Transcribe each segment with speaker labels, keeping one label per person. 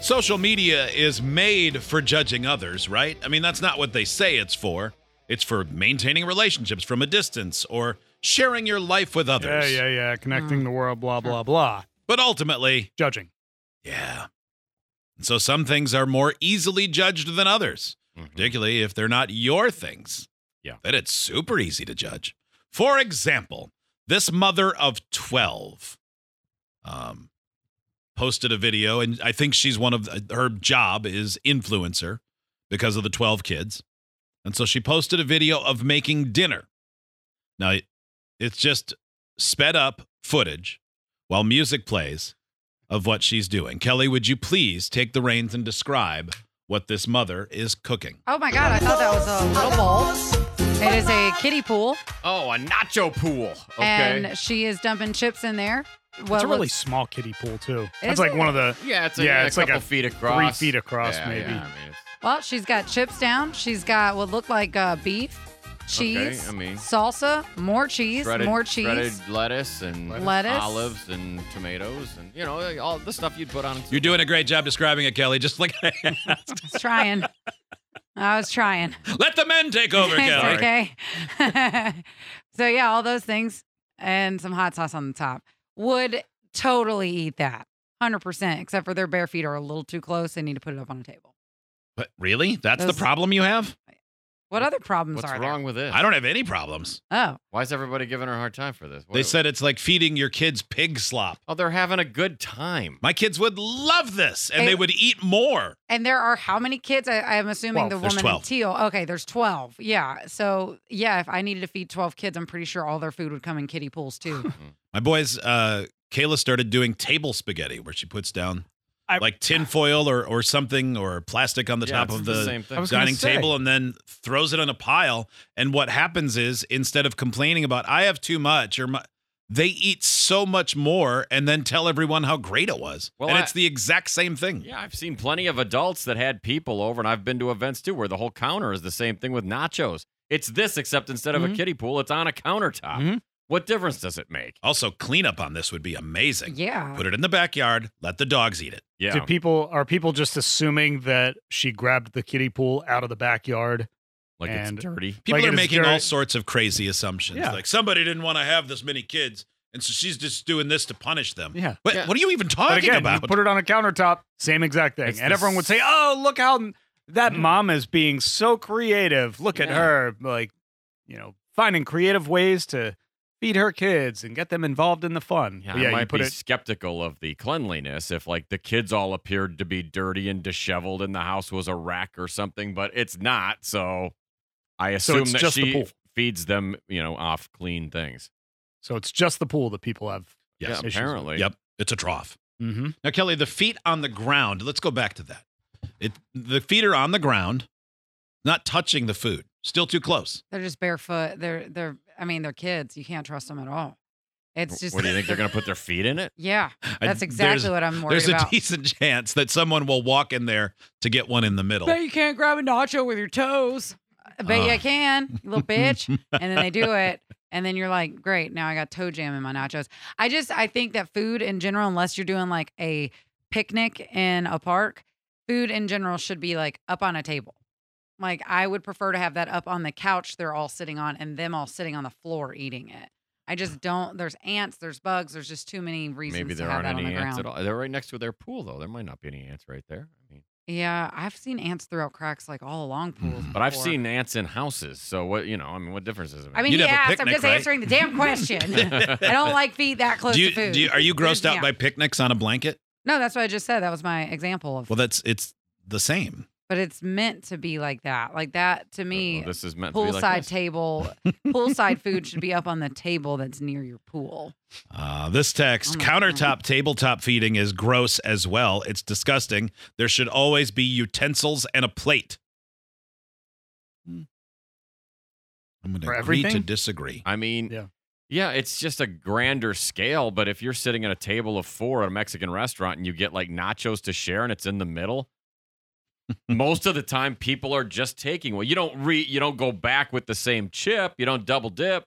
Speaker 1: Social media is made for judging others, right? I mean, that's not what they say it's for. It's for maintaining relationships from a distance or sharing your life with others.
Speaker 2: Yeah, yeah, yeah. Connecting the world, blah, blah, blah.
Speaker 1: But ultimately,
Speaker 2: Judging.
Speaker 1: yeah. And so some things are more easily judged than others, particularly if they're not your things.
Speaker 2: Yeah.
Speaker 1: Then it's super easy to judge. For example, this mother of 12 um, posted a video, and I think she's one of her job is influencer because of the 12 kids. And so she posted a video of making dinner. Now, it- it's just sped up footage while music plays of what she's doing. Kelly, would you please take the reins and describe what this mother is cooking?
Speaker 3: Oh my god, I thought that was a little bowl. It is a kiddie pool,
Speaker 4: Oh, a nacho pool. Okay.
Speaker 3: and she is dumping chips in there. Well,
Speaker 2: It's a really
Speaker 3: looks-
Speaker 2: small kiddie pool, too.
Speaker 3: Is
Speaker 2: That's like
Speaker 3: it?
Speaker 2: one of the.
Speaker 4: yeah, it's, a,
Speaker 2: yeah,
Speaker 4: a
Speaker 2: it's like
Speaker 4: couple
Speaker 2: a
Speaker 4: feet across.
Speaker 2: feet across,
Speaker 4: Yeah,
Speaker 2: maybe.
Speaker 4: Yeah, I mean, it's-
Speaker 3: well, she's got chips down. She's got what looked like uh, beef, cheese,
Speaker 4: I mean-
Speaker 3: salsa, more cheese,
Speaker 4: shredded,
Speaker 3: more cheese.
Speaker 4: shredded lettuce and
Speaker 3: Lettuce.
Speaker 4: olives and tomatoes and you know all the stuff you'd put on.
Speaker 1: You're doing a great job describing it, Kelly. Just like
Speaker 3: I was trying. I was trying.
Speaker 1: let the men take over, Kelly.
Speaker 3: It's okay. so yeah, all those things and some hot sauce on the top. Would totally eat that, hundred percent. Except for their bare feet are a little too close. They need to put it up on a table.
Speaker 1: But really? That's
Speaker 3: Those-
Speaker 1: the problem you have?
Speaker 3: What other problems
Speaker 4: What's
Speaker 3: are
Speaker 4: wrong with this?
Speaker 1: I don't have any problems.
Speaker 3: there? Oh,
Speaker 4: Why is everybody giving her a hard time for this?
Speaker 1: They
Speaker 4: What-
Speaker 1: said it's like feeding your kids pig slop.
Speaker 4: "Oh, they're having a good time."
Speaker 1: My kids would love this and
Speaker 3: Hey-
Speaker 1: they would eat more.
Speaker 3: and there are how many kids? I, I'm assuming
Speaker 2: Twelve.
Speaker 3: the
Speaker 1: There's
Speaker 3: woman in
Speaker 1: 12.
Speaker 3: teal. Okay, there's 12. Yeah. So, yeah, if I needed to feed 12 kids, I'm pretty sure all their food would come in kiddie pools too.
Speaker 1: My boys, uh, Kayla started doing table spaghetti where she puts down
Speaker 2: I-
Speaker 1: like tin foil or, or something or plastic on the
Speaker 4: Yeah,
Speaker 1: top
Speaker 4: it's
Speaker 1: of
Speaker 4: the
Speaker 1: the,
Speaker 4: same thing.
Speaker 2: I was gonna
Speaker 1: dining
Speaker 2: say.
Speaker 1: table and then throws it on a pile. And what happens is instead of complaining about, I have too much or my, they eat so much more and then tell everyone how great it was.
Speaker 4: Well,
Speaker 1: and
Speaker 4: I-
Speaker 1: it's the exact same thing.
Speaker 4: Yeah, I've seen plenty of adults that had people over, and I've been to events too where the whole counter is the same thing with nachos. It's this, except instead of
Speaker 3: Mm-hmm.
Speaker 4: a kiddie pool, it's on a countertop.
Speaker 2: Mhm.
Speaker 4: What difference does it make?
Speaker 1: Also, cleanup on this would be amazing.
Speaker 3: yeah.
Speaker 1: Put it in the backyard, let the dogs eat it.
Speaker 4: Yeah,
Speaker 2: Do people are people just assuming that she grabbed the kiddie pool out of the backyard?
Speaker 4: like
Speaker 2: and-
Speaker 4: it's dirty.
Speaker 1: People
Speaker 2: Like it
Speaker 1: are
Speaker 2: is
Speaker 1: making
Speaker 2: very-
Speaker 1: all sorts of crazy assumptions.
Speaker 2: Yeah.
Speaker 1: Like somebody didn't want to have this many kids, and so she's just doing this to punish them.
Speaker 2: Yeah.
Speaker 1: What,
Speaker 4: Yeah.
Speaker 1: what are you even
Speaker 2: But
Speaker 1: talking
Speaker 2: again,
Speaker 1: about?
Speaker 2: you put it on a countertop, same exact thing,
Speaker 4: It's
Speaker 2: and
Speaker 4: the
Speaker 2: everyone would
Speaker 4: s- Hmm.
Speaker 2: say, "Oh, look how that mom is being so creative. Look at
Speaker 4: Yeah.
Speaker 2: her, like you know, finding creative ways to." Feed her kids and get them involved in the fun.
Speaker 4: Yeah,
Speaker 2: But
Speaker 4: I
Speaker 2: you
Speaker 4: might
Speaker 2: put
Speaker 4: be
Speaker 2: it
Speaker 4: skeptical of the cleanliness if like the kids all appeared to be dirty and disheveled and the house was a wreck or something, but it's not. So I
Speaker 2: So
Speaker 4: assume
Speaker 2: it's
Speaker 4: that
Speaker 2: just the
Speaker 4: she
Speaker 2: pool.
Speaker 4: feeds them, you know, off clean things.
Speaker 2: So it's just the pool that people have.
Speaker 1: yes.
Speaker 4: Yeah, apparently.
Speaker 1: Yep. It's a trough.
Speaker 2: Mm-hmm.
Speaker 1: Now, Kelly, the feet on the ground. Let's go back to that. It the feet are on the ground, not touching the food. Still too close.
Speaker 3: They're just barefoot. They're, they're, I mean, they're kids. You can't trust them at all. It's just,
Speaker 4: what do you think they're going to put their feet in it?
Speaker 3: yeah.
Speaker 1: I-
Speaker 3: That's exactly
Speaker 1: there's,
Speaker 3: what I'm worried
Speaker 1: There's a
Speaker 3: about.
Speaker 1: decent chance that someone will walk in there to get one in the middle.
Speaker 3: Bet you can't grab a nacho with your toes. I bet
Speaker 1: Ugh.
Speaker 3: Uh,
Speaker 4: Ah.
Speaker 3: you can, you little bitch. and then they do it. And then you're like, great, now I got toe jam in my nachos. I just, I think that food in general, unless you're doing like a picnic in a park, food in general should be like up on a table. Like I would prefer to have that up on the couch they're all sitting on and them all sitting on the floor eating it. I just don't, there's ants, there's bugs, there's just too many reasons
Speaker 4: Maybe
Speaker 3: to
Speaker 4: there
Speaker 3: have
Speaker 4: aren't
Speaker 3: that on
Speaker 4: any
Speaker 3: the
Speaker 4: ants
Speaker 3: ground.
Speaker 4: at all. They're right next to their pool, though. There might not be any ants right there. I mean,
Speaker 3: Yeah, I've seen ants throw out cracks like all along pools.
Speaker 1: Mhm.
Speaker 4: But I've
Speaker 3: before.
Speaker 4: seen ants in houses, so what you know? I mean, what difference does it make?
Speaker 3: I mean,
Speaker 1: You'd
Speaker 3: he
Speaker 1: have a
Speaker 3: asked. I'm
Speaker 1: picnic,
Speaker 3: just
Speaker 1: right?
Speaker 3: answering the damn question. I don't like feet that close
Speaker 1: Do you,
Speaker 3: to food.
Speaker 1: do you, are you
Speaker 3: Freaks
Speaker 1: grossed
Speaker 3: me
Speaker 1: out by picnics on a blanket?
Speaker 3: No, that's what I just said. That was my example of.
Speaker 1: Well, that's it's the same.
Speaker 3: but it's meant to be like that. Like that to
Speaker 1: Oh,
Speaker 3: me,
Speaker 4: Well, this is meant to be
Speaker 3: poolside
Speaker 4: like this.
Speaker 3: table, poolside food should be up on the table that's near your pool.
Speaker 1: Uh, this text
Speaker 3: Oh my
Speaker 1: countertop tabletop feeding is gross as well. It's disgusting. There should always be utensils and a plate. I'm going to
Speaker 2: Hmm. For
Speaker 1: agree to
Speaker 2: everything?
Speaker 1: disagree.
Speaker 4: I mean, yeah.
Speaker 2: Yeah.
Speaker 4: it's just a grander scale. But if you're sitting at a table of four at a Mexican restaurant and you get like nachos to share and it's in the middle, most of the time people are just taking. Well, you don't re, you don't go back with the same chip. You don't double dip,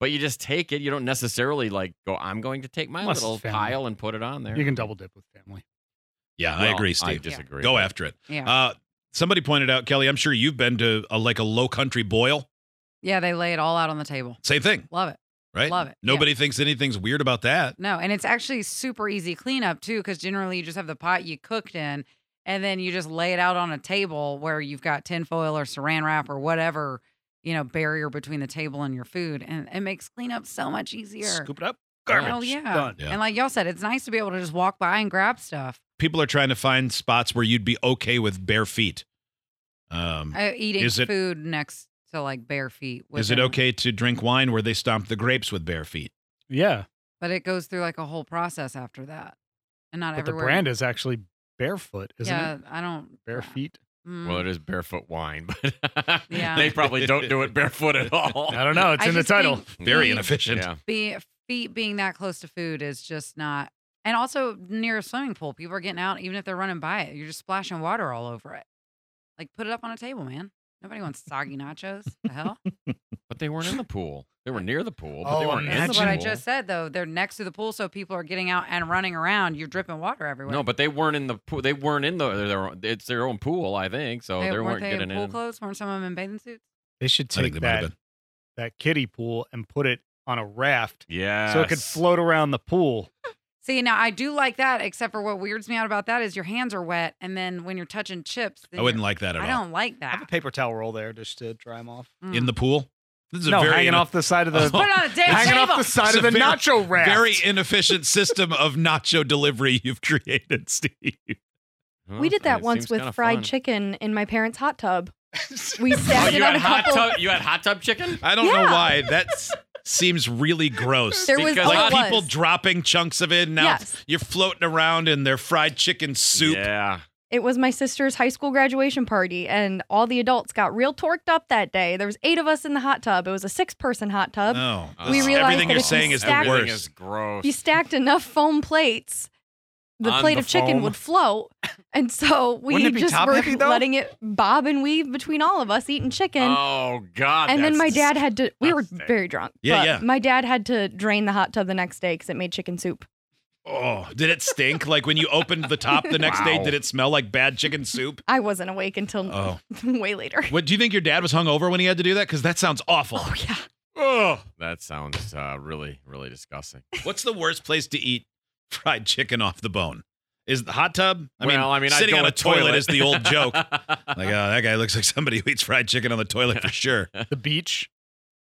Speaker 4: but you just take it. You don't necessarily like go. I'm going to take my
Speaker 2: Unless it's
Speaker 4: little
Speaker 2: family.
Speaker 4: pile and put it on there.
Speaker 2: You can double dip with family.
Speaker 1: yeah, I
Speaker 4: Well,
Speaker 1: agree, Steve.
Speaker 4: I disagree.
Speaker 1: Go
Speaker 4: but-
Speaker 1: after it.
Speaker 3: Yeah,
Speaker 1: Uh, somebody pointed out, Kelly. I'm sure you've been to a, like a low country boil.
Speaker 3: yeah, they lay it all out on the table.
Speaker 1: Same thing,
Speaker 3: Love it.
Speaker 1: right?
Speaker 3: Love it.
Speaker 1: Nobody thinks anything's weird about that.
Speaker 3: No, and it's actually super easy cleanup too, because generally you just have the pot you cooked in, and then you just lay it out on a table where you've got tinfoil or saran wrap or whatever you know barrier between the table and your food, and it makes cleanup so much easier.
Speaker 2: Scoop it up.
Speaker 3: Oh,
Speaker 2: Garbage.
Speaker 3: yeah.
Speaker 2: Done.
Speaker 1: Yeah.
Speaker 3: And like y'all said, it's nice to be able to just walk by and grab stuff.
Speaker 1: People are trying to find spots where you'd be okay with bare feet. Um,
Speaker 2: Mm.
Speaker 3: Uh, eating
Speaker 1: Is it-
Speaker 3: food next to like bare feet.
Speaker 1: is it
Speaker 3: within-
Speaker 1: okay to drink wine where they stomp the grapes with bare feet?
Speaker 2: Yeah.
Speaker 3: But it goes through like a whole process after that, and not
Speaker 2: But
Speaker 3: everywhere.
Speaker 2: the brand is actually barefoot, isn't
Speaker 3: yeah,
Speaker 2: it?
Speaker 3: I don't.
Speaker 2: Bare feet.
Speaker 3: Mm.
Speaker 4: Well, it is barefoot wine, but
Speaker 3: Yeah.
Speaker 4: they probably don't do it barefoot at all.
Speaker 2: I don't know. It's
Speaker 3: I
Speaker 2: in the
Speaker 3: just
Speaker 2: title.
Speaker 3: think
Speaker 1: Very
Speaker 3: feet-
Speaker 1: inefficient.
Speaker 4: Yeah.
Speaker 3: be feet being that close to food is just not and also near a swimming pool people are getting out even if they're running by it you're just splashing water all over it like put it up on a table man nobody wants soggy nachos the hell
Speaker 4: But they weren't in the pool. They were near the pool, but
Speaker 2: Oh,
Speaker 4: they weren't in
Speaker 3: that's
Speaker 4: the
Speaker 3: what i
Speaker 4: pool.
Speaker 3: just said though they're next to the pool so people are getting out and running around you're dripping water everywhere
Speaker 4: No, but they weren't in the pool. They weren't in the. Their, their, own- it's their own pool, I think. So
Speaker 3: They-
Speaker 4: they,
Speaker 3: weren't,
Speaker 4: weren't
Speaker 3: they
Speaker 4: getting
Speaker 3: in pool
Speaker 4: in.
Speaker 3: clothes weren't some of them in bathing suits
Speaker 2: They should
Speaker 1: I think
Speaker 2: take
Speaker 1: they might have
Speaker 2: that,
Speaker 1: been.
Speaker 2: that kiddie pool and put it on a raft
Speaker 4: Yeah.
Speaker 2: so it could float around the pool.
Speaker 3: see now i do like that except for what weirds me out about that is your hands are wet and then when you're touching chips then
Speaker 1: I wouldn't
Speaker 3: you're-
Speaker 1: like that at
Speaker 3: i
Speaker 1: all.
Speaker 3: don't like
Speaker 2: I have a
Speaker 3: that
Speaker 2: paper towel roll there just to dry them off.
Speaker 3: Mm.
Speaker 1: In the pool? This is
Speaker 2: no,
Speaker 1: very
Speaker 2: hanging
Speaker 1: ine-
Speaker 2: off the side of the
Speaker 3: put it on a damn
Speaker 2: hanging
Speaker 3: table
Speaker 2: off the side
Speaker 1: It's
Speaker 2: of
Speaker 1: a
Speaker 2: the
Speaker 1: very-
Speaker 2: nacho raft.
Speaker 1: very inefficient system of nacho delivery you've created, Steve.
Speaker 4: Well,
Speaker 5: We did
Speaker 4: I mean,
Speaker 5: that
Speaker 4: it
Speaker 5: once
Speaker 4: seems
Speaker 5: with
Speaker 4: kinda
Speaker 5: fried
Speaker 4: fun.
Speaker 5: chicken in my parents' hot tub. We
Speaker 4: Oh,
Speaker 5: sat it
Speaker 4: you
Speaker 5: on
Speaker 4: had
Speaker 5: a
Speaker 4: hot
Speaker 5: couple.
Speaker 4: tub. You had hot tub chicken.
Speaker 1: I don't know
Speaker 5: Yeah.
Speaker 1: why. That seems really gross.
Speaker 5: There was
Speaker 4: Because
Speaker 5: oh,
Speaker 4: I-
Speaker 5: it
Speaker 1: like people
Speaker 5: was.
Speaker 1: dropping chunks of it. and Now
Speaker 5: Yes.
Speaker 1: you're floating around in their fried chicken soup.
Speaker 4: Yeah.
Speaker 5: It was my sister's high school graduation party, and all the adults got real torqued up that day. There was eight of us in the hot tub. It was a six-person hot tub.
Speaker 1: Oh,
Speaker 5: We
Speaker 1: this-
Speaker 5: realized
Speaker 1: everything
Speaker 5: that
Speaker 1: you're
Speaker 5: if you
Speaker 1: saying is the
Speaker 5: stack-
Speaker 4: Uh, Everything
Speaker 1: worst.
Speaker 4: is gross.
Speaker 5: If you stacked enough foam plates, the
Speaker 4: On
Speaker 5: plate
Speaker 4: the
Speaker 5: of chicken
Speaker 4: foam.
Speaker 5: would float. And so we
Speaker 2: Wouldn't it be
Speaker 5: just
Speaker 2: top
Speaker 5: were
Speaker 2: heavy, though?
Speaker 5: letting it bob and weave between all of us eating chicken.
Speaker 4: oh God.
Speaker 5: and then
Speaker 4: that's
Speaker 5: my dad had to, we were
Speaker 4: disgusting.
Speaker 5: very drunk.
Speaker 1: Yeah,
Speaker 5: but
Speaker 1: yeah.
Speaker 5: My dad had to drain the hot tub the next day because it made chicken soup.
Speaker 1: oh, did it stink? like when you opened the top the next day,
Speaker 4: Wow.
Speaker 1: did it smell like bad chicken soup?
Speaker 5: I wasn't awake until
Speaker 1: Oh.
Speaker 5: way later.
Speaker 1: What do you think your dad was hungover when he had to do that? Because that sounds awful.
Speaker 5: Oh, yeah.
Speaker 1: Ugh.
Speaker 4: That sounds uh, really, really disgusting.
Speaker 1: What's the worst place to eat fried chicken off the bone? Is the hot tub? I mean,
Speaker 4: well, I mean, I'd
Speaker 1: sitting
Speaker 4: go
Speaker 1: on a
Speaker 4: with
Speaker 1: toilet, is the old joke. like, oh, that guy looks like somebody who eats fried chicken on the toilet for sure.
Speaker 2: the beach.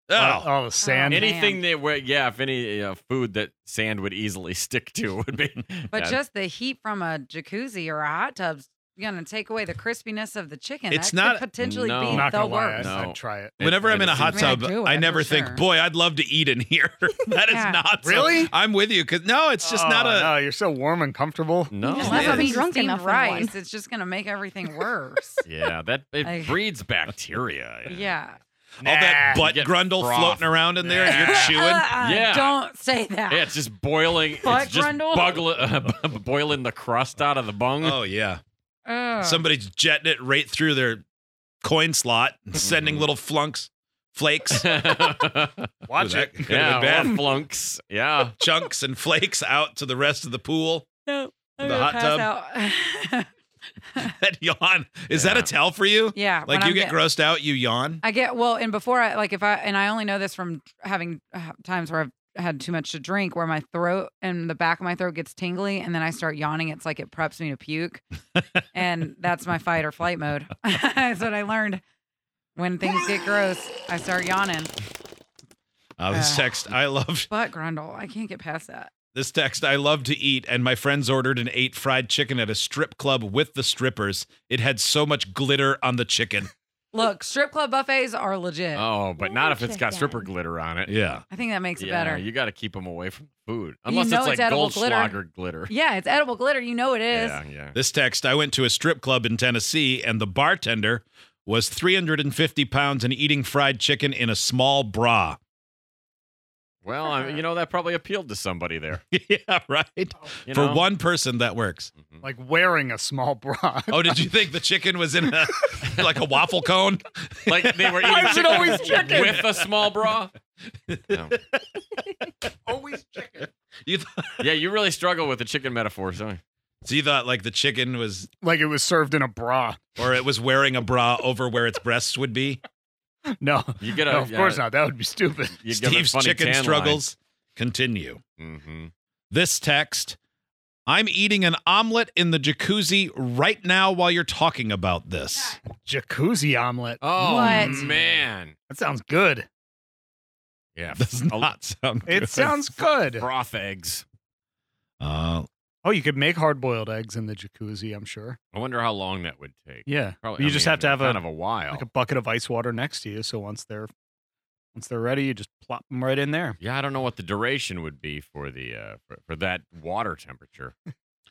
Speaker 1: Oh,
Speaker 2: All, all the sand.
Speaker 3: Any-
Speaker 4: Anything that would, yeah, if any uh, food that sand would easily stick to would be.
Speaker 3: But
Speaker 4: Yeah.
Speaker 3: just the heat from a jacuzzi or a hot tub's gonna take away the crispiness of the chicken.
Speaker 1: It's
Speaker 3: that
Speaker 1: not-
Speaker 3: could potentially
Speaker 4: No.
Speaker 3: be
Speaker 2: I'm not
Speaker 3: the
Speaker 2: gonna lie, I'd,
Speaker 3: worst.
Speaker 4: No.
Speaker 2: I'd try it.
Speaker 1: whenever
Speaker 4: It-
Speaker 1: I'm
Speaker 4: it
Speaker 1: in a
Speaker 4: is-
Speaker 1: hot
Speaker 3: I mean, I
Speaker 1: tub,
Speaker 3: do it
Speaker 1: I
Speaker 3: for
Speaker 1: never think,
Speaker 3: sure.
Speaker 1: boy, I'd love to eat in here. that is
Speaker 3: Yeah.
Speaker 1: not so-
Speaker 2: Really?
Speaker 1: I'm with you because no, it's just
Speaker 2: Oh,
Speaker 1: not a.
Speaker 2: No, you're so warm and comfortable.
Speaker 4: no.
Speaker 3: Unless
Speaker 1: Just
Speaker 3: I'm
Speaker 1: haven't
Speaker 3: eating
Speaker 5: drunk
Speaker 3: steamed
Speaker 5: enough in
Speaker 3: rice,
Speaker 5: one.
Speaker 3: it's just gonna make everything worse.
Speaker 4: Yeah, that it
Speaker 3: I-
Speaker 4: breeds bacteria.
Speaker 3: yeah.
Speaker 1: All that
Speaker 2: Nah.
Speaker 1: butt
Speaker 4: get
Speaker 1: grundle
Speaker 4: froth.
Speaker 1: floating around in there, and
Speaker 4: Nah.
Speaker 1: you're chewing.
Speaker 3: Uh-uh,
Speaker 4: Yeah.
Speaker 3: Don't say that.
Speaker 4: Yeah, it's just boiling.
Speaker 3: Butt
Speaker 4: it's just
Speaker 3: grundle?
Speaker 4: buggle, uh, boiling the crust out of the bung.
Speaker 1: Oh yeah,
Speaker 3: Ugh.
Speaker 1: somebody's jetting it right through their coin slot, sending
Speaker 4: Mhm.
Speaker 1: little flunks, flakes,
Speaker 2: Watch
Speaker 1: That
Speaker 2: it.
Speaker 1: could've been
Speaker 4: yeah,
Speaker 1: bad.
Speaker 4: or flunks. Yeah,
Speaker 1: chunks and flakes out to the rest of the pool.
Speaker 3: No, I'm
Speaker 1: The
Speaker 3: gonna
Speaker 1: hot
Speaker 3: pass out.
Speaker 1: That yawn is that
Speaker 4: Yeah.
Speaker 1: a tell for you?
Speaker 3: yeah. when
Speaker 1: Like you
Speaker 3: I'm
Speaker 1: get
Speaker 3: getting-
Speaker 1: grossed out, you yawn.
Speaker 3: I get well, and before I like if I and I only know this from having uh, times where I've had too much to drink where my throat and the back of my throat gets tingly and then I start yawning. It's like it preps me to puke. and that's my fight or flight mode. that's what I learned. When things get gross, I start yawning.
Speaker 1: Uh, this
Speaker 3: Ah.
Speaker 1: text, I love
Speaker 3: But Grundle, I can't get past that.
Speaker 1: this text. I love to eat, and my friends ordered and ate fried chicken at a strip club with the strippers. It had so much glitter on the chicken.
Speaker 3: Look, strip club buffets are legit.
Speaker 4: Oh, but not if it's got
Speaker 5: Chicken.
Speaker 4: stripper glitter on it.
Speaker 1: Yeah,
Speaker 3: I think that makes
Speaker 4: Yeah,
Speaker 3: it better.
Speaker 4: You got to keep them away from food, unless
Speaker 3: know
Speaker 4: it's like
Speaker 3: it's edible glitter.
Speaker 4: Goldschlager glitter.
Speaker 3: yeah, it's edible glitter. You know it is.
Speaker 4: Yeah, yeah.
Speaker 1: this text. I went to a strip club in Tennessee, and the bartender was 350 pounds and eating fried chicken in a small bra.
Speaker 4: Well, I mean, you know that probably appealed to somebody there.
Speaker 1: yeah, right.
Speaker 4: You
Speaker 1: For
Speaker 4: know? Mm-hmm.
Speaker 1: one person, that works.
Speaker 2: Like wearing a small bra.
Speaker 1: Oh, did you think the chicken was in a like a waffle cone?
Speaker 4: like they were eating
Speaker 2: Why is it
Speaker 4: chicken
Speaker 2: always chicken?
Speaker 4: with a small bra. No.
Speaker 2: Always chicken.
Speaker 1: You th-
Speaker 4: Yeah, you really struggle with the chicken metaphor, so
Speaker 1: so you thought like the chicken was,
Speaker 2: Like it was served in a bra.
Speaker 1: or it was wearing a bra over where its breasts would be.
Speaker 2: No,
Speaker 4: you get a.
Speaker 2: no, of
Speaker 4: yeah,
Speaker 2: course not. That would be stupid.
Speaker 4: You give it
Speaker 1: Steve's
Speaker 4: funny
Speaker 1: chicken
Speaker 4: tan
Speaker 1: struggles continue.
Speaker 4: Lines. hmm
Speaker 1: This text. I'm eating an omelet in the jacuzzi right now while you're talking about this.
Speaker 2: Jacuzzi omelet.
Speaker 4: Oh
Speaker 3: What?
Speaker 2: Mm.
Speaker 4: man,
Speaker 2: That sounds good.
Speaker 4: yeah,
Speaker 1: Does not sound good.
Speaker 2: It sounds good.
Speaker 4: broth eggs.
Speaker 1: Uh,
Speaker 2: Oh, you could make hard boiled eggs in the jacuzzi, I'm sure.
Speaker 4: I wonder how long that would take.
Speaker 2: Yeah.
Speaker 4: Probably,
Speaker 2: you
Speaker 4: I
Speaker 2: just
Speaker 4: mean,
Speaker 2: have to have
Speaker 4: kind of
Speaker 2: a,
Speaker 4: a while.
Speaker 2: like a bucket of ice water next to you. So once they're once they're ready, you just plop them right in there.
Speaker 4: yeah, I don't know what the duration would be for the uh, for, for that water temperature.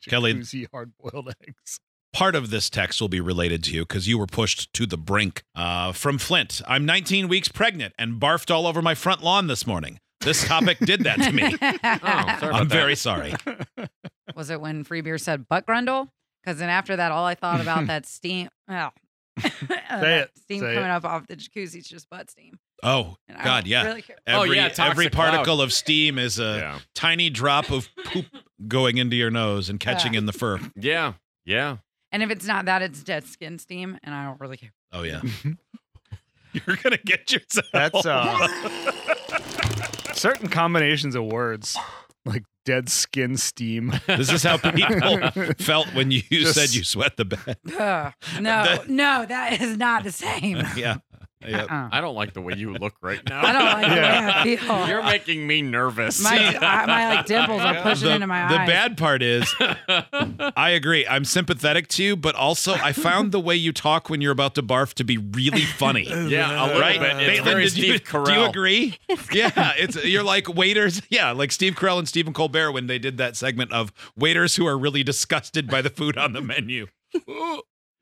Speaker 1: Kelly-
Speaker 2: Jacuzzi hard boiled eggs.
Speaker 1: part of this text will be related to you because you were pushed to the brink. Uh, from Flint, I'm 19 weeks pregnant and barfed all over my front lawn this morning. This topic did that to me.
Speaker 2: Oh,
Speaker 4: sorry.
Speaker 1: I'm
Speaker 4: about that.
Speaker 1: very sorry.
Speaker 3: Was it when Free Beer said butt grundle? Because then after that, all I thought about that steam. Well, uh, that
Speaker 2: it,
Speaker 3: steam
Speaker 2: say
Speaker 3: coming
Speaker 2: it.
Speaker 3: up off the jacuzzi is just butt steam.
Speaker 1: Oh,
Speaker 3: And I
Speaker 1: God,
Speaker 3: don't
Speaker 1: yeah.
Speaker 3: Really care.
Speaker 4: Oh,
Speaker 1: every,
Speaker 4: yeah, toxic
Speaker 1: every particle of steam is a
Speaker 4: yeah,
Speaker 1: tiny drop of poop going into your nose and catching in the fur.
Speaker 4: yeah, yeah.
Speaker 3: And if it's not that, it's dead skin steam, and I don't really care.
Speaker 1: Oh, yeah. You're going to get yourself.
Speaker 2: That's uh certain combinations of words. Like dead skin steam.
Speaker 1: This is how people felt when you
Speaker 2: Just-
Speaker 1: said you sweat the bed.
Speaker 3: Ugh. no, no, that is not the same.
Speaker 1: yeah. Yep.
Speaker 3: Uh-uh.
Speaker 4: I don't like the way you look right now.
Speaker 3: I don't like
Speaker 2: Yeah.
Speaker 3: the way I feel.
Speaker 4: You're making me nervous.
Speaker 3: my, I- uh, my like dimples are pushing
Speaker 1: the,
Speaker 3: into my
Speaker 1: the
Speaker 3: eyes.
Speaker 1: bad part is, I agree. I'm sympathetic to you, but also I found the way you talk when you're about to barf to be really funny.
Speaker 4: yeah, a little
Speaker 1: Right,
Speaker 4: bit. It's
Speaker 1: Maitland,
Speaker 4: very
Speaker 1: did you-
Speaker 4: Steve Carell.
Speaker 1: Do you agree? yeah, it's you're like waiters. Yeah, like Steve Carell and Stephen Colbert when they did that segment of waiters who are really disgusted by the food on the menu.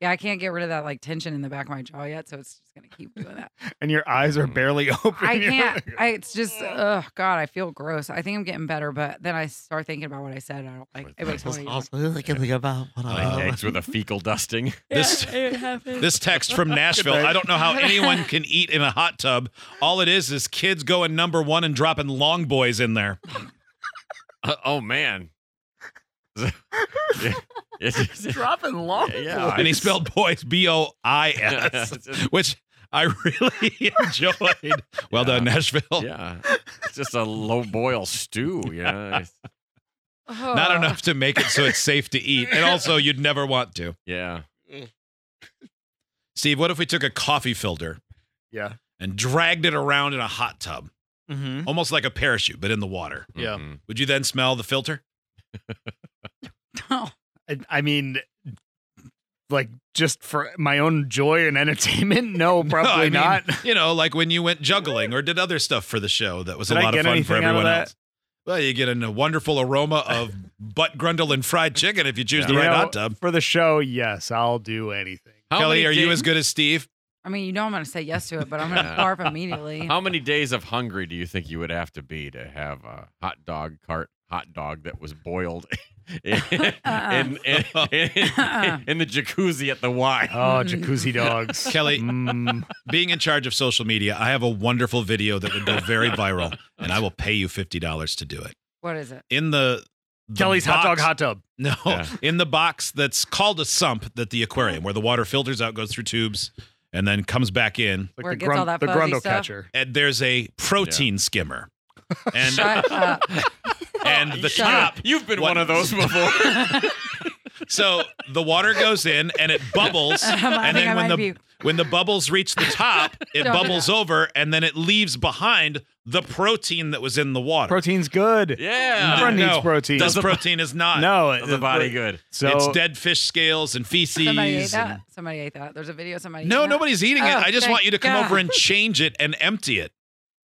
Speaker 3: Yeah, I can't get rid of that like tension in the back of my jaw yet, so it's just gonna keep doing that.
Speaker 2: And your eyes
Speaker 4: Mm.
Speaker 2: are barely open.
Speaker 3: I
Speaker 2: You're
Speaker 3: can't.
Speaker 2: like,
Speaker 3: I, it's just, oh God, I feel gross. I think I'm getting better, but then I start thinking about what I said. And I don't like it. Makes me wanna yawn.
Speaker 1: Uh-huh.
Speaker 4: Like eggs with a fecal dusting.
Speaker 1: Uh, This this text from Nashville. I don't know how anyone can eat in a hot tub. All it is is kids going number one and dropping long boys in there.
Speaker 4: Uh, oh man. yeah, it's-
Speaker 2: dropping long.
Speaker 4: yeah,
Speaker 1: and he spelled boys B O I S, which I really enjoyed. Well done, Nashville.
Speaker 4: yeah. It's just a low boil stew. Yeah, it's-
Speaker 1: Not
Speaker 3: Ugh.
Speaker 1: enough to make it so it's safe to eat, and also you'd never want to.
Speaker 4: yeah.
Speaker 1: Steve, what if we took a coffee filter
Speaker 2: Yeah.
Speaker 1: and dragged it around in a hot tub,
Speaker 2: Mm-hmm.
Speaker 1: almost like a parachute, but in the water?
Speaker 2: Yeah.
Speaker 4: Mhm.
Speaker 1: Would you then smell the filter?
Speaker 3: No.
Speaker 2: I, I mean, like just for my own joy and entertainment. No, probably
Speaker 1: No, I mean,
Speaker 2: not.
Speaker 1: You know, like when you went juggling or did other stuff for the show that was
Speaker 2: Did
Speaker 1: a
Speaker 2: I
Speaker 1: lot of
Speaker 2: get
Speaker 1: fun for
Speaker 2: anything out of
Speaker 1: everyone
Speaker 2: that?
Speaker 1: else. Well, you get a wonderful aroma of butt grundle and fried chicken if you choose the
Speaker 2: You
Speaker 1: right
Speaker 2: know,
Speaker 1: hot tub.
Speaker 2: for the show. Yes, I'll do anything.
Speaker 4: How
Speaker 1: Kelly,
Speaker 4: many
Speaker 1: are you
Speaker 4: days-
Speaker 1: as good as Steve?
Speaker 3: I mean, you know I'm gonna say yes to it, but I'm gonna barf immediately.
Speaker 4: How many days of hungry do you think you would have to be to have a hot dog cart hot dog that was boiled in, in, in, in- in the jacuzzi at the Y?
Speaker 2: Oh, jacuzzi dogs.
Speaker 1: Mm. Kelly.
Speaker 2: Mm.
Speaker 1: Being in charge of social media, I have a wonderful video that would go very viral, and I will pay you fifty dollars to do it.
Speaker 3: What is it?
Speaker 1: In the, the
Speaker 2: Kelly's hot dog
Speaker 1: box-
Speaker 2: hot tub.
Speaker 1: No,
Speaker 4: Yeah.
Speaker 1: in the box that's called a sump that the aquarium, where the water filters out, goes through tubes, and then comes back in.
Speaker 2: Like
Speaker 3: Where
Speaker 2: the
Speaker 3: it gets all that
Speaker 2: the
Speaker 3: fuzzy
Speaker 2: grundle
Speaker 3: stuff.
Speaker 2: catcher.
Speaker 1: And there's a protein skimmer and
Speaker 3: Shut up.
Speaker 1: and the
Speaker 3: Oh, Shut
Speaker 1: top.
Speaker 4: You've been
Speaker 1: What-
Speaker 4: one of those before.
Speaker 1: So the water goes in and it bubbles,
Speaker 3: I
Speaker 1: and
Speaker 3: think
Speaker 1: then
Speaker 3: I
Speaker 1: when
Speaker 3: might
Speaker 1: the
Speaker 3: be.
Speaker 1: when the bubbles reach the top, it
Speaker 3: Don't do
Speaker 1: bubbles
Speaker 3: that.
Speaker 1: over, and then it leaves behind the protein that was in the water.
Speaker 2: Protein's good.
Speaker 4: yeah.
Speaker 2: Everyone
Speaker 1: No.
Speaker 2: needs protein.
Speaker 1: Does protein is not.
Speaker 2: no,
Speaker 4: Does the body good.
Speaker 2: So
Speaker 1: it's dead fish scales and feces.
Speaker 3: Somebody ate
Speaker 1: and-
Speaker 3: that. Somebody ate that. There's a video. of Somebody.
Speaker 1: No,
Speaker 3: eating that.
Speaker 1: nobody's eating it.
Speaker 3: Oh,
Speaker 1: I just
Speaker 3: thank
Speaker 1: want you to come
Speaker 3: God.
Speaker 1: over and change it and empty it.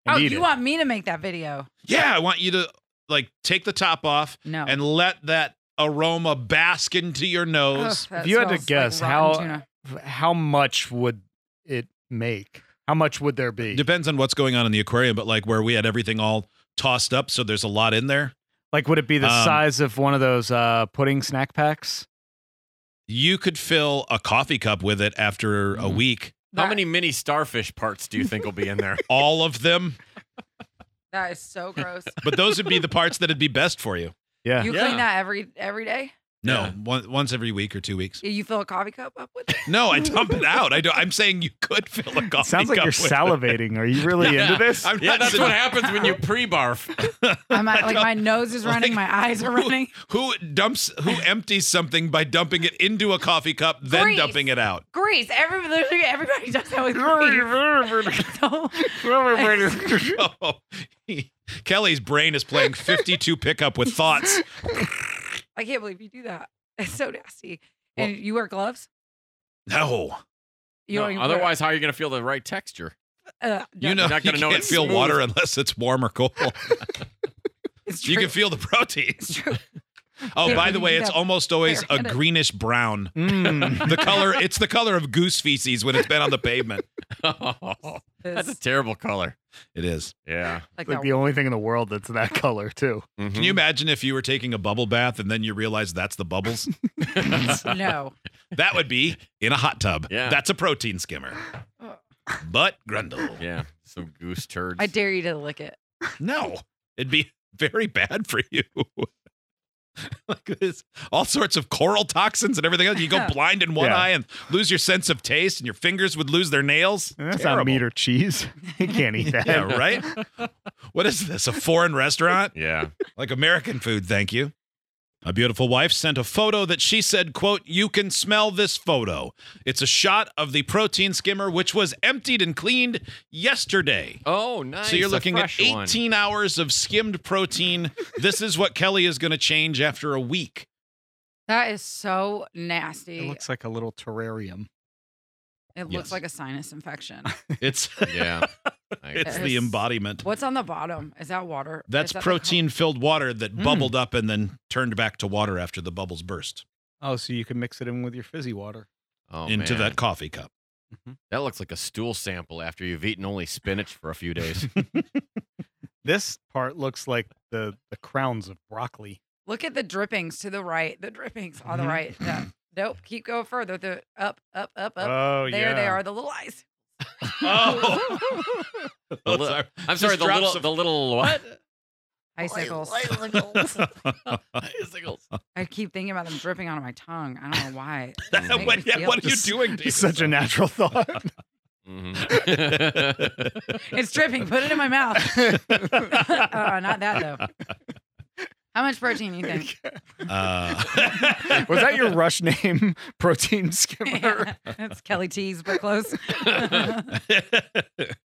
Speaker 2: and
Speaker 3: Oh,
Speaker 2: eat
Speaker 3: you
Speaker 2: it.
Speaker 3: want me to make that video?
Speaker 1: Yeah, I want you to like take the top off
Speaker 3: No.
Speaker 1: and let that aroma bask into your
Speaker 3: Ugh,
Speaker 1: nose.
Speaker 3: that
Speaker 2: If you had to
Speaker 3: smells like
Speaker 2: guess
Speaker 3: rotten
Speaker 2: how-
Speaker 3: tuna.
Speaker 2: how much would it make? How much would there
Speaker 3: Oh.
Speaker 2: be?
Speaker 1: Depends on what's going on in the aquarium, but like where we had everything all tossed up, so there's a lot in there.
Speaker 2: like, would it be the
Speaker 1: Um,
Speaker 2: size of one of those uh, pudding snack packs?
Speaker 1: You could fill a coffee cup with it after a
Speaker 4: Mm.
Speaker 1: week.
Speaker 4: How many mini starfish parts do you think will be in there?
Speaker 1: All of them,
Speaker 3: That is so gross.
Speaker 1: but those would be the parts that'd be best for you.
Speaker 2: Yeah.
Speaker 3: You
Speaker 4: Yeah.
Speaker 3: clean that every every day.
Speaker 1: No,
Speaker 4: Yeah.
Speaker 1: one, once every week or two weeks.
Speaker 3: You fill a coffee cup up with. it?
Speaker 1: No, I dump it out. I don't, I'm saying you could fill a coffee
Speaker 2: Sounds like
Speaker 1: cup
Speaker 2: you're
Speaker 1: with it.
Speaker 2: salivating. Are you really
Speaker 4: Yeah.
Speaker 2: into this?
Speaker 1: I'm
Speaker 4: Yeah,
Speaker 1: not
Speaker 4: that's
Speaker 1: su-
Speaker 4: what happens when you pre-barf.
Speaker 3: I'm at, like my nose is running,
Speaker 1: Like,
Speaker 3: my eyes are
Speaker 1: who-
Speaker 3: running.
Speaker 1: Who dumps? Who empties something by dumping it into a coffee cup, then
Speaker 3: Grease.
Speaker 1: dumping it out?
Speaker 3: Grease. Everybody, literally everybody does that with grease. So-
Speaker 1: Oh, Kelly's brain is playing 52 pickup with thoughts.
Speaker 3: I can't believe you do that. It's so nasty. And you wear gloves.
Speaker 1: No,
Speaker 3: You
Speaker 4: No,
Speaker 3: don't even wear-
Speaker 4: otherwise, how are you going to feel the right texture?
Speaker 3: uh,
Speaker 1: you
Speaker 3: no,
Speaker 1: know
Speaker 4: You're not
Speaker 1: you
Speaker 4: gonna know
Speaker 1: can't
Speaker 4: it's
Speaker 1: feel
Speaker 4: smooth.
Speaker 1: water unless it's warm or cold.
Speaker 3: It's true.
Speaker 1: You can feel the proteins.
Speaker 3: It's true.
Speaker 1: Oh,
Speaker 3: Yeah,
Speaker 1: by
Speaker 3: you
Speaker 1: the way,
Speaker 3: need
Speaker 1: it's
Speaker 3: that
Speaker 1: almost always a
Speaker 3: barehanded.
Speaker 1: greenish brown.
Speaker 2: Mm.
Speaker 1: The color, it's the color of goose feces when it's been on the pavement.
Speaker 4: that's a
Speaker 3: It's
Speaker 4: terrible color.
Speaker 1: It is.
Speaker 4: Yeah.
Speaker 3: like
Speaker 2: like
Speaker 3: that.
Speaker 2: the only thing in the world that's that color too.
Speaker 1: Can
Speaker 2: Hmm.
Speaker 1: you imagine if you were taking a bubble bath and then you realize that's the bubbles?
Speaker 4: Mm-hmm.
Speaker 3: no.
Speaker 1: That would be in a hot tub.
Speaker 4: Yeah.
Speaker 1: That's a protein skimmer. But Grundle.
Speaker 4: yeah. Some goose turds.
Speaker 3: I dare you to lick it.
Speaker 1: No, it'd be very bad for you. like this, all sorts of coral toxins and everything else. You go blind in one
Speaker 2: Yeah.
Speaker 1: eye and lose your sense of taste, and your fingers would lose their nails.
Speaker 2: Eh, That's
Speaker 1: Terrible.
Speaker 2: not meat or cheese. You can't eat that.
Speaker 1: Yeah, right? what is this? A foreign restaurant?
Speaker 4: Yeah.
Speaker 1: Like American food, thank you. My beautiful wife sent a photo that she said, quote, you can smell this photo. It's a shot of the protein skimmer, which was emptied and cleaned yesterday.
Speaker 4: Oh, nice.
Speaker 1: So you're
Speaker 4: a
Speaker 1: looking at
Speaker 4: fresh one.
Speaker 1: 18 hours of skimmed protein. this is what Kelly is going to change after a week.
Speaker 3: That is so nasty.
Speaker 2: It looks like a little terrarium.
Speaker 1: Yes.
Speaker 3: like a sinus infection.
Speaker 1: It's
Speaker 4: Yeah. I
Speaker 1: it's
Speaker 4: guess.
Speaker 1: the embodiment.
Speaker 3: What's on the bottom? Is that water?
Speaker 1: That's
Speaker 3: Is that the
Speaker 1: protein filled water that
Speaker 4: Hmm.
Speaker 2: Mm.
Speaker 1: bubbled up and then turned back to water after the bubbles burst
Speaker 2: Oh, so you can mix it in with your fizzy water.
Speaker 4: Oh,
Speaker 1: into
Speaker 4: man.
Speaker 1: that coffee cup.
Speaker 4: That looks like a stool sample after you've eaten only spinach for a few days.
Speaker 2: This part looks like the the crowns of broccoli.
Speaker 3: co- Look at the drippings to the right. The drippings
Speaker 1: Mm-hmm.
Speaker 3: on the
Speaker 2: Mhm.
Speaker 3: right. Yeah. nope. Keep going further. The up, up, up, up.
Speaker 2: oh
Speaker 3: there they are. The little eyes.
Speaker 1: Oh.
Speaker 4: The li- I'm sorry, the little, the little what?
Speaker 3: Icicles. I keep thinking about them dripping onto my tongue. I don't know why. It
Speaker 4: That
Speaker 3: makes
Speaker 1: what,
Speaker 3: me
Speaker 1: yeah,
Speaker 3: feel-
Speaker 1: what are you
Speaker 2: Just-
Speaker 1: doing? To
Speaker 2: It's such a
Speaker 1: yourself?
Speaker 2: natural thought.
Speaker 4: Mm-hmm. Mhm.
Speaker 3: It's dripping. Put it in my mouth. uh, not that though. How much protein do you think?
Speaker 1: Uh,
Speaker 2: Was that your rush name, protein skimmer?
Speaker 3: That's Kelly T's, but close.